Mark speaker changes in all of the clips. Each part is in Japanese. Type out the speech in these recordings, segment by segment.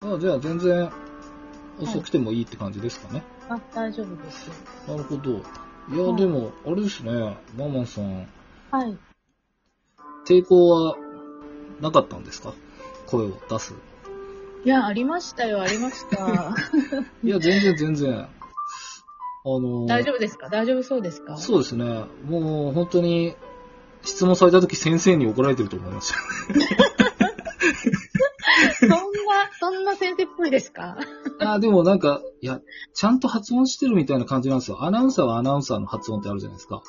Speaker 1: あじゃあ全然遅くてもいいって感じですかね。
Speaker 2: あ、大丈夫です。
Speaker 1: なるほど。いや、
Speaker 2: うん
Speaker 1: でも、あれですね、マーマンさん、
Speaker 2: はい。
Speaker 1: 抵抗はなかったんですか声を出す。
Speaker 2: いや、ありましたよ、あり ました。
Speaker 1: いや、全然全然。あの、
Speaker 2: 大丈夫ですか大丈夫そうですか
Speaker 1: そうですね。もう本当に質問された時先生に怒られてると思い ますよ。
Speaker 2: そんな、そんな先生っぽいですか
Speaker 1: あ、でもなんか、いや、ちゃんと発音してるみたいな感じなんですよ。アナウンサーはアナウンサーの発音ってあるじゃないですか。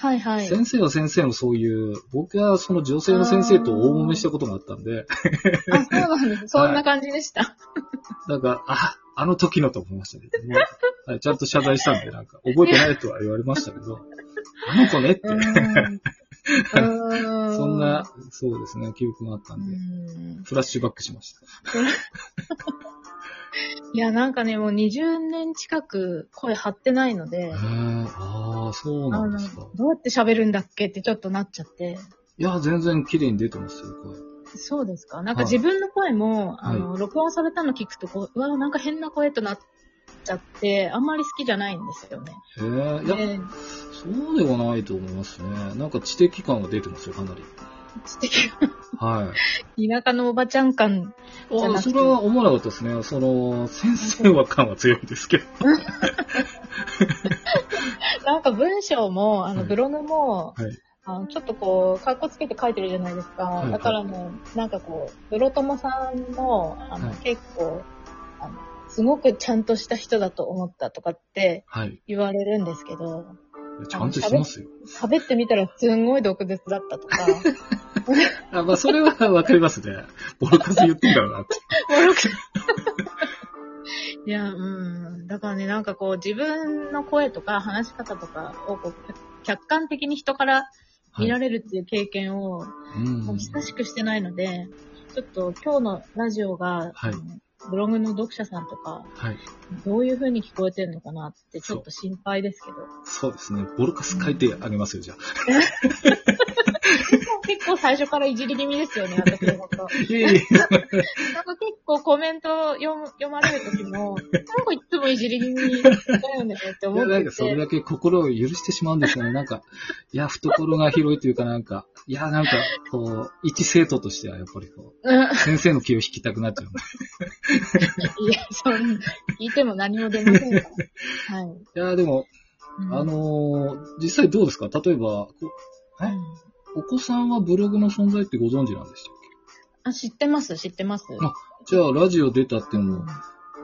Speaker 2: はいはい。
Speaker 1: 先生は先生のそういう、僕はその女性の先生と大揉めしたことがあったんで、
Speaker 2: あ、そうなんです。そんな感じでした。
Speaker 1: なんか、あ、あの時のと思いましたけどね。はいちゃんと謝罪したんで、なんか、覚えてないとは言われましたけど、あの子ねって、
Speaker 2: うーん。
Speaker 1: そ
Speaker 2: そ
Speaker 1: んな、そうですね、記憶があったんで、フラッシュバックしました。
Speaker 2: いや、なんかね、もう20年近く声張ってないので
Speaker 1: へ、ーああ、そう
Speaker 2: あ
Speaker 1: なん
Speaker 2: の
Speaker 1: ですか。、
Speaker 2: どうやって喋るんだっけってちょっとなっちゃって。
Speaker 1: いや、全然綺麗に出てますよ、これ。
Speaker 2: そうですか。なんか
Speaker 1: はい
Speaker 2: 自分の声も、
Speaker 1: はい
Speaker 2: あの、録音されたの聞くと、こう、うわ、なんか変な声となっちゃって、あんまり好きじゃないんですよね。
Speaker 1: へえいや、
Speaker 2: で
Speaker 1: そうではないと思いますね。なんか知的感が出てますよ、かなり。
Speaker 2: 知的
Speaker 1: はい。
Speaker 2: 田舎のおばちゃん感。じゃな
Speaker 1: あ
Speaker 2: くて
Speaker 1: それは思わなかったですね。その、先生は感は強いんですけど。
Speaker 2: なんか文章も、あの、
Speaker 1: はい
Speaker 2: ブログも、
Speaker 1: はい
Speaker 2: あのちょっとこう、かっこつけて書いてるじゃないですか。
Speaker 1: いはい
Speaker 2: だからもう、なんかこう、ブロ友さんも、あの、
Speaker 1: はい
Speaker 2: 結構、あの、すごくちゃんとした人だと思ったとかって
Speaker 1: はい。
Speaker 2: 言われるんですけど、
Speaker 1: ちゃんとしてますよ。
Speaker 2: 喋ってみたらすんごい毒舌だったとか、
Speaker 1: あ、まあ、それはわかりますね。ボロカス言ってんだろうなって。
Speaker 2: いや、うん。だからね、なんかこう、自分の声とか話し方とかをこう、客観的に人から見ら
Speaker 1: れ
Speaker 2: れるっていう経験を、もう久しくしてないので、ちょっと今日のラジオが、
Speaker 1: はい
Speaker 2: あのブログの読者さんとか、
Speaker 1: はい。
Speaker 2: どういう風に聞こえてるのかなって、ちょっと心配ですけど。
Speaker 1: そうですね。ボロカス書いてあげますよ、じゃあ。
Speaker 2: 結構最初からいじり気味ですよね、私のこと。
Speaker 1: いえいえ。
Speaker 2: なんか結構コメント読む読まれる時も、なんかいつもいじり気味だよねって
Speaker 1: い
Speaker 2: 思っ
Speaker 1: や
Speaker 2: てて。
Speaker 1: なんかそれだけ心を許してしまうんですよね。なんか、いや、懐が広いというかなんか、いや、なんか、こう、一生徒としてはやっぱりこ
Speaker 2: うん
Speaker 1: う、先生の気を引きたくなっちゃうんで。
Speaker 2: いや、そん聞いても何も出ませんか ら。はい。
Speaker 1: いや、でも、
Speaker 2: うん
Speaker 1: あ、のー実際どうですか例えば、こ
Speaker 2: うん
Speaker 1: お子さんはブログの存在ってご存知なんでしたっ
Speaker 2: あ、知ってます、知ってます。
Speaker 1: あけじゃあ、ラジオ出たっていう
Speaker 2: う
Speaker 1: のも、
Speaker 2: ん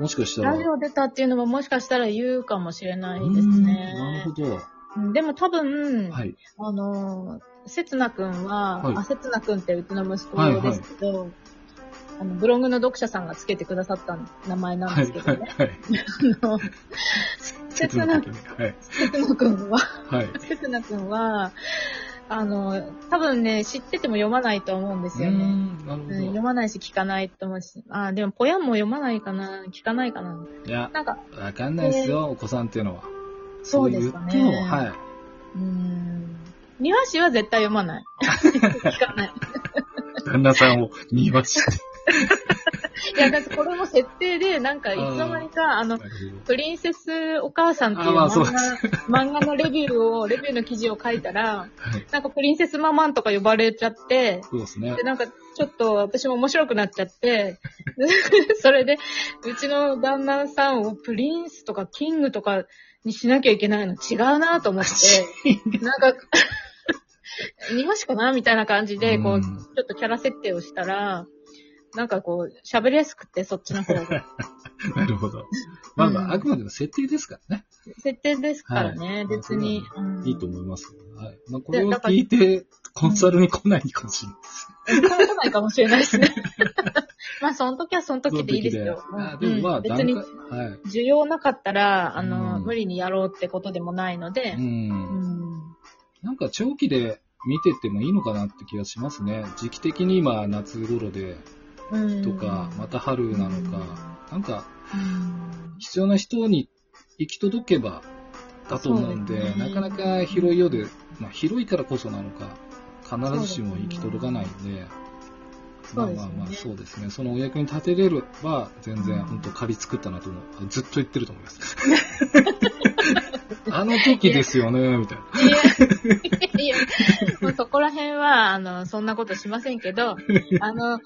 Speaker 1: もしかしたら。
Speaker 2: ラジオ出たっていうのももしかしたら言うかもしれな
Speaker 1: う
Speaker 2: い
Speaker 1: ん
Speaker 2: です
Speaker 1: な
Speaker 2: ね
Speaker 1: るほ。ど。
Speaker 2: うんでも多分、
Speaker 1: はい。
Speaker 2: あの、せつなくんは、
Speaker 1: はい
Speaker 2: あ、せつなくんってうちの息
Speaker 1: はい
Speaker 2: 子
Speaker 1: はい
Speaker 2: ですけど、あのブログの読者さんがつけてくださった名前なん
Speaker 1: は
Speaker 2: で
Speaker 1: い。
Speaker 2: すけ
Speaker 1: は
Speaker 2: ど
Speaker 1: い。
Speaker 2: ね。
Speaker 1: はい。
Speaker 2: あのせつ
Speaker 1: 切
Speaker 2: な
Speaker 1: な
Speaker 2: く
Speaker 1: く
Speaker 2: ん、
Speaker 1: ねはい。
Speaker 2: せつなくんは、
Speaker 1: はい。
Speaker 2: せつなくんは、あの、多分ね、知ってても読まないと思うんです
Speaker 1: う
Speaker 2: よね。
Speaker 1: ん、なる
Speaker 2: うん、
Speaker 1: ほ
Speaker 2: 読
Speaker 1: ど。
Speaker 2: まないし聞かないと思うし。あー、でもポヤンも読まないかな、聞かないかな。
Speaker 1: いや、
Speaker 2: なんか、
Speaker 1: わかんないですよ、お子さんっていうのは。
Speaker 2: そうですかね
Speaker 1: そう言ってもはい。
Speaker 2: うん。庭師は絶対読まない。 聞かない。
Speaker 1: 旦那さんを見ました。
Speaker 2: いや、だってこれも設定で、なんかいつの間にか、あの、プリンセスお母さんっていう
Speaker 1: あーまあそう
Speaker 2: 漫画漫画のレビューを、レビューの記事を書いたら、
Speaker 1: はい。
Speaker 2: なんかプリンセスママンとか呼ばれちゃって、
Speaker 1: そうですね
Speaker 2: で、。なんか、ちょっと私も面白くなっちゃって、 それで、うちの旦那さんをプリンスとかキングとかにしなきゃいけないの違うなと思って、なんか、 日本しかなみたいな感じで、こ
Speaker 1: う
Speaker 2: う、
Speaker 1: ん
Speaker 2: ちょっとキャラ設定をしたら、なんかこう、喋りやすくて、そっちの 方が。
Speaker 1: なるほど。まあま
Speaker 2: うん
Speaker 1: あ、あくまでも設定ですからね。
Speaker 2: 設定ですからね、
Speaker 1: はい
Speaker 2: 別に。
Speaker 1: いいと
Speaker 2: 思
Speaker 1: 思いますよ。はい。まあ、これを
Speaker 2: だから
Speaker 1: 聞いて、コンサルに来ないかもしれない。
Speaker 2: うん。来ないかもしれないですね。 まあ、その時はその時でいいですよ。
Speaker 1: その時であでもま
Speaker 2: う
Speaker 1: あ、
Speaker 2: ん別
Speaker 1: 段
Speaker 2: に
Speaker 1: 階、はい。
Speaker 2: 需要なかったら、あの、
Speaker 1: うん
Speaker 2: 無理にやろうってことでもないので
Speaker 1: う、。
Speaker 2: うんん。
Speaker 1: なんか長期で見てってもいいのかなって気がしますね。時期的に今、夏頃で、
Speaker 2: うん
Speaker 1: とか、また春なのか、なんか、
Speaker 2: うん
Speaker 1: 必要な人に行き届けばだと思うんで、
Speaker 2: そうですね
Speaker 1: なかなか広いようで、まあ、広いからこそなのか、必ずしも行き届かないんで、そまあ
Speaker 2: そうで
Speaker 1: ま
Speaker 2: す
Speaker 1: あ
Speaker 2: よね
Speaker 1: まあ、そうですね。そのお役に立てれれば、全然、本当借り作ったなと思う。ずっと言ってると思い ます。あの時ですよね、みたいな。
Speaker 2: いや、いや、もうそこら辺は、あの、そんなことしませんけど、あの、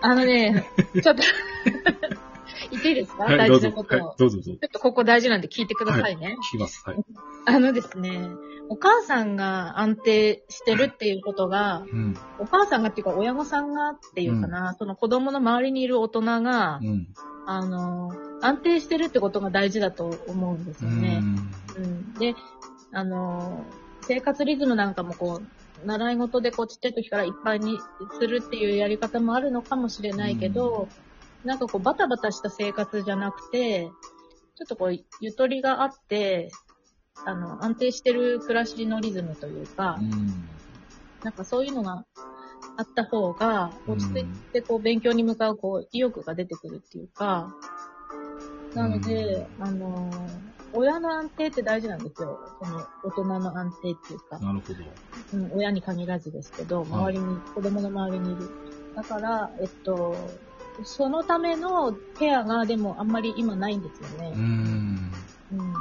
Speaker 2: あのね、ちょっと、言っていいですか、
Speaker 1: はい、
Speaker 2: 大
Speaker 1: どう
Speaker 2: 事
Speaker 1: ぞ。
Speaker 2: なこと
Speaker 1: は
Speaker 2: を。
Speaker 1: い、どうぞどうぞ。
Speaker 2: ちょっとここ大事なんで聞いてくださいね。
Speaker 1: 聞きます。はい。
Speaker 2: あのですね、お母さんが安定してるっていうことが、
Speaker 1: うん。
Speaker 2: お母さんがっていうか親御さんがっていうかな、その子供の周りにいる大人が、
Speaker 1: うん。
Speaker 2: あの、安定してるってことが大事だと思うんです
Speaker 1: う
Speaker 2: よね。
Speaker 1: ん。
Speaker 2: うん、で、あの、生活リズムなんかもこう、習い事でこうちっちゃい時からいっぱいにするっていうやり方もあるのかもしれないけど、なんかこうバタバタした生活じゃなくて、ちょっとこうゆとりがあって、あの、安定してる暮らしのリズムというか、
Speaker 1: うん。
Speaker 2: なんかそういうのがあった方が、落ち着いてこう勉強に向かうこう意欲が出てくるっていうか、なので、あのー親の安定って大事なんですよ。その大人の安定っていうか、
Speaker 1: なるほど。
Speaker 2: うん、親に限らずですけど、周りに、子供の周りにいる。だから、えっと、そのためのケアがでもあんまり今ないんですよね。
Speaker 1: うん。
Speaker 2: うん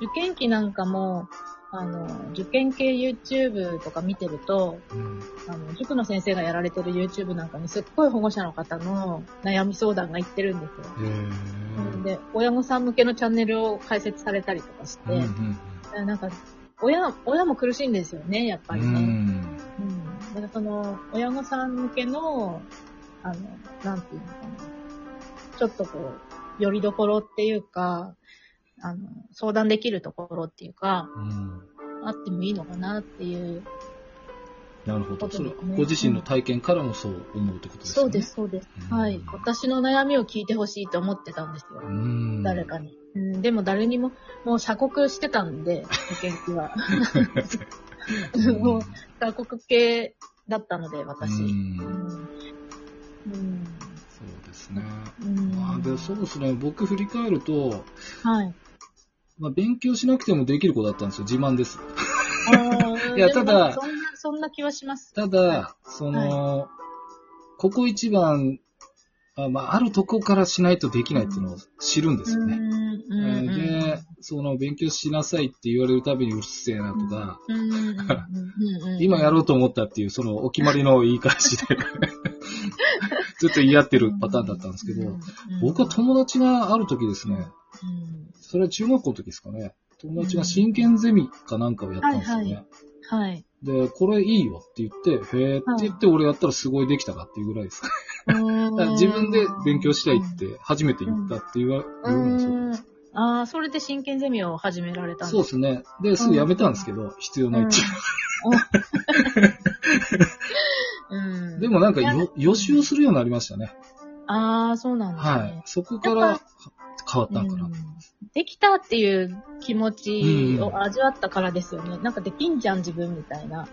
Speaker 2: 受験期なんかも、あの、受験系 YouTube とか見てると、
Speaker 1: うん
Speaker 2: あの、塾の先生がやられてる YouTube なんかにすっごい保護者の方の悩み相談がいってるんですよ。
Speaker 1: へー
Speaker 2: で、親御さん向けのチャンネルを開設されたりとかして、
Speaker 1: うんうん
Speaker 2: なんか、親、親も苦しいんですよね、やっぱ
Speaker 1: う
Speaker 2: りね。
Speaker 1: ん。
Speaker 2: うん。だからその、親御さん向けの、あの、なんていうのかな。ちょっとこう、よりどころっていうか、あの、相談できるところっていうか、
Speaker 1: うん。
Speaker 2: あってもいいのかなっていう。
Speaker 1: なるほど。それはご自身の体験からもそう思うってことですね。
Speaker 2: そうです、。そうです。はい。私の悩みを聞いてほしいと思ってたんですよ。
Speaker 1: うん。
Speaker 2: 誰かに。うん、でも誰にも、もう鎖国してたんで、受験期は。
Speaker 1: うん。
Speaker 2: もう鎖国系だったので、私。
Speaker 1: うん
Speaker 2: うん。
Speaker 1: そうですね。
Speaker 2: うん。
Speaker 1: まあ、でそうですね。僕振り返ると、
Speaker 2: はい。
Speaker 1: まあ、勉強しなくてもできる子だったんですよ。自慢です。
Speaker 2: あ
Speaker 1: いや
Speaker 2: でも
Speaker 1: ただ
Speaker 2: なんかそんな、そんな気はします。
Speaker 1: ただ、その、ここ一番、あまあ、あるとこからしないとできないっていうのを知るんですよね。
Speaker 2: うん。
Speaker 1: え
Speaker 2: うん。
Speaker 1: ーで、その、勉強しなさいって言われるたびにうるせえなとか、
Speaker 2: うんうんうんうんうん。
Speaker 1: 今やろうと思ったっていう、その、お決まりの言い返しで、 ずっと言い合ってるパターンだったんですけ
Speaker 2: う
Speaker 1: ど
Speaker 2: ん、、
Speaker 1: 僕は友達がある時ですね、
Speaker 2: うん
Speaker 1: それは中学校の時ですかね、友達が真剣ゼミかなんかをやったんですよね。
Speaker 2: はいははい。
Speaker 1: で、これいいよって言って、へーって言って俺やったらすごいできたかっていうぐらいです。だ から自分で勉強したいって初めて言ったって言わ
Speaker 2: う
Speaker 1: 言うん
Speaker 2: ん。
Speaker 1: ですよ。
Speaker 2: ああ、それで真剣ゼミを始められたん
Speaker 1: そう
Speaker 2: で
Speaker 1: ですすね。で、すぐやめたんですけど、必要ないっていう。
Speaker 2: うん。う ん
Speaker 1: で、もなんかよ予習するようになりましたね。
Speaker 2: ああ、そうなんですね。
Speaker 1: はい。そこから変わったんか
Speaker 2: う
Speaker 1: な。
Speaker 2: んできたっていう気持ちを味わったからですよね。なんかできんじゃん自分みたいな。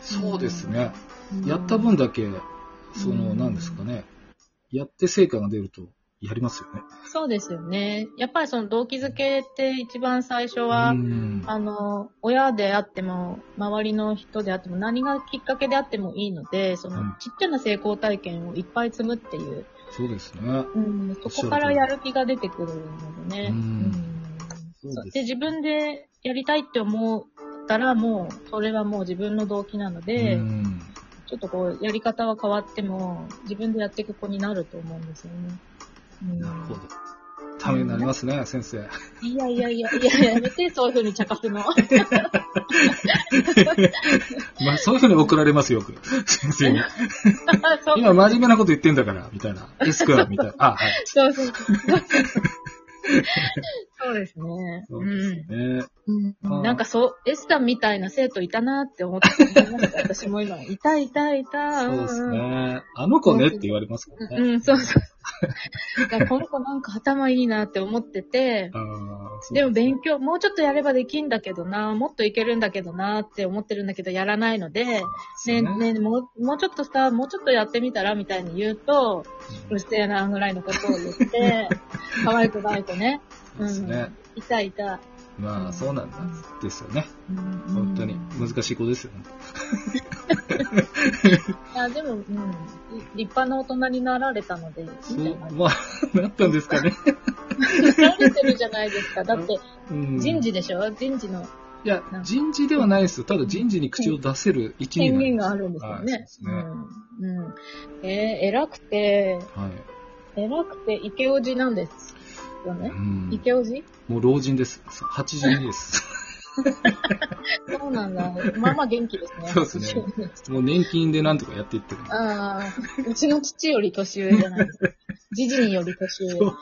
Speaker 1: そうですね。
Speaker 2: うん
Speaker 1: やった分だけ、その、
Speaker 2: うん
Speaker 1: なんですかね。やって成果が出ると、やりますよね。
Speaker 2: そうですよね。やっぱりその動機づけって一番最初は、
Speaker 1: うん。
Speaker 2: あの、親であっても、周りの人であっても、何がきっかけであってもいいので、その、
Speaker 1: うん
Speaker 2: ちっちゃな成功体験をいっぱい積むっていう、
Speaker 1: そうですね。
Speaker 2: うん、そこからやる気が出てくるのでね。
Speaker 1: うん
Speaker 2: うん
Speaker 1: そうです
Speaker 2: で、自分でやりたいって思ったら、もう、それはもう自分の動機なので、
Speaker 1: うん。
Speaker 2: ちょっとこう、やり方は変わっても、自分でやっていく子になると思うんですよね。うん
Speaker 1: なるほど。ためになりますね、先生。
Speaker 2: いやいやいや、いややめて、そういうふうに茶化す
Speaker 1: ま
Speaker 2: の。
Speaker 1: あ、そういうふうに怒られますよ、よく。先生に。
Speaker 2: そう
Speaker 1: 今、真面目なこと言ってんだから、みたいな。エスクラみ たいな。あ、はい。
Speaker 2: そうそうそう。そうですね。
Speaker 1: そうですね。
Speaker 2: うん
Speaker 1: あー
Speaker 2: なんかそう、エスタみたいな生徒いたなって思って思いました、私も今。いたいたいた。
Speaker 1: そうです
Speaker 2: んん。
Speaker 1: ね。あの子ねって言われますからね。
Speaker 2: うん、そうそう。だからこの子なんか頭いいなって思ってて、
Speaker 1: あーそう
Speaker 2: でも勉強、もうちょっとやればできんだけどな、もっといけるんだけどなって思ってるんだけど、やらないので、
Speaker 1: そう
Speaker 2: ね
Speaker 1: ですね。
Speaker 2: ねもう、もうちょっとさ、もうちょっとやってみたらみたいに言うと、う
Speaker 1: うん
Speaker 2: るせえなぐらいのことを言って、可愛くないとね。
Speaker 1: そうですね。
Speaker 2: いたいた。
Speaker 1: まあ、そうなんだ。ですよね。
Speaker 2: うん
Speaker 1: 本当に。難しい子ですよね。
Speaker 2: いや、でも、うん、立派な大人になられたので、いいん
Speaker 1: そ
Speaker 2: じ
Speaker 1: う
Speaker 2: ゃな、い
Speaker 1: まあ、なったんですか ね。
Speaker 2: なられてるじゃないで すか。だって、
Speaker 1: うん、
Speaker 2: 人事でしょ人事の
Speaker 1: いや、人事ではないですよ。ただ人事に口を出せる一人なん
Speaker 2: 権限
Speaker 1: で
Speaker 2: があるんですよ
Speaker 1: はい
Speaker 2: ね。
Speaker 1: そうですね
Speaker 2: うん。うん。えー偉くて、
Speaker 1: す。はい。
Speaker 2: 偉くて、イケオジなんですよね
Speaker 1: う。ん
Speaker 2: イケオジ
Speaker 1: もう老人です。82です。
Speaker 2: そうなんだ。まあまあ元気ですね。
Speaker 1: そうですね。もう年金でなんとかやっていってる。
Speaker 2: ああ、うちの父より年上じゃないですか。じじにより年
Speaker 1: そ
Speaker 2: 上
Speaker 1: う。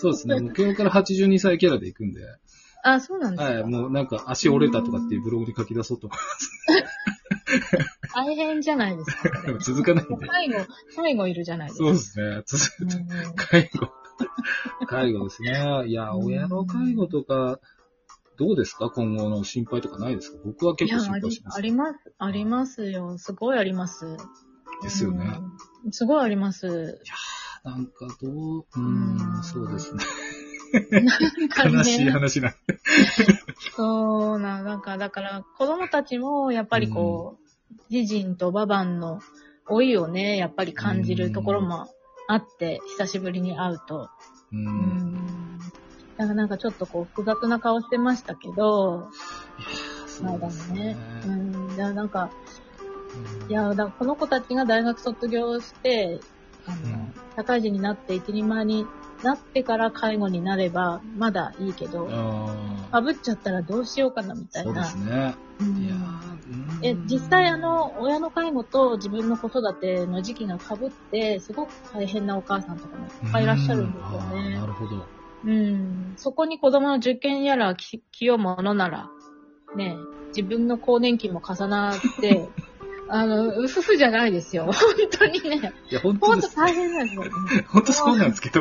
Speaker 1: そうですね。もう今日から82歳キャラで行くんで。
Speaker 2: あそうなんですか。
Speaker 1: はい。もうなんか足折れたとかっていうブログに書き出そうと思
Speaker 2: 大変じゃないですか。こ
Speaker 1: って
Speaker 2: れ
Speaker 1: も続かないんで。
Speaker 2: 最後、最後いるじゃないですか。
Speaker 1: そうですね。つ
Speaker 2: うん
Speaker 1: 介護。介護ですね。いや、
Speaker 2: うん
Speaker 1: 親の介護とか、どうですか今後の心配とかないですか僕は結構心配します
Speaker 2: いやあり、あ。ります、ありますよ。すごいあります。
Speaker 1: ですよね。
Speaker 2: うん。すごいあります。
Speaker 1: なんかどう、うーん、そうです ね。
Speaker 2: なんかね
Speaker 1: 悲しい話な。
Speaker 2: そうな、なんか、だから、子供たちも、やっぱりこう、ジジンとババンの老いをね、やっぱり感じるところもあって、久しぶりに会うと。
Speaker 1: う。
Speaker 2: うんん。だからなんかちょっとこう、複雑な顔してましたけど、
Speaker 1: そ
Speaker 2: 前
Speaker 1: う
Speaker 2: だ
Speaker 1: で
Speaker 2: も
Speaker 1: す
Speaker 2: ね
Speaker 1: ね。。
Speaker 2: うん。だからなんか、
Speaker 1: うん
Speaker 2: いや、だからこの子たちが大学卒業して、あの、
Speaker 1: うん
Speaker 2: 社会人になって一人前になってから介護になれば、まだいいけど、
Speaker 1: あ
Speaker 2: かぶっちゃったらどうしようかなみ
Speaker 1: あ、
Speaker 2: たい
Speaker 1: そうで
Speaker 2: な。
Speaker 1: すね。
Speaker 2: うん
Speaker 1: いやーうん
Speaker 2: え実際あの、親の介護と自分の子育ての時期が被って、すごく大変なお母さんとかもいっぱいいらっしゃるんですよ
Speaker 1: うああな
Speaker 2: ね。
Speaker 1: るほど。
Speaker 2: うん。そこに子供の受験やら、き気をものなら、ね、自分の更年期も重なって、あの、うふふじゃないですよ。本当にね。
Speaker 1: いや、本当
Speaker 2: 本
Speaker 1: で
Speaker 2: 当
Speaker 1: す。
Speaker 2: 大変なんですよ。
Speaker 1: 本当そうなんですけど。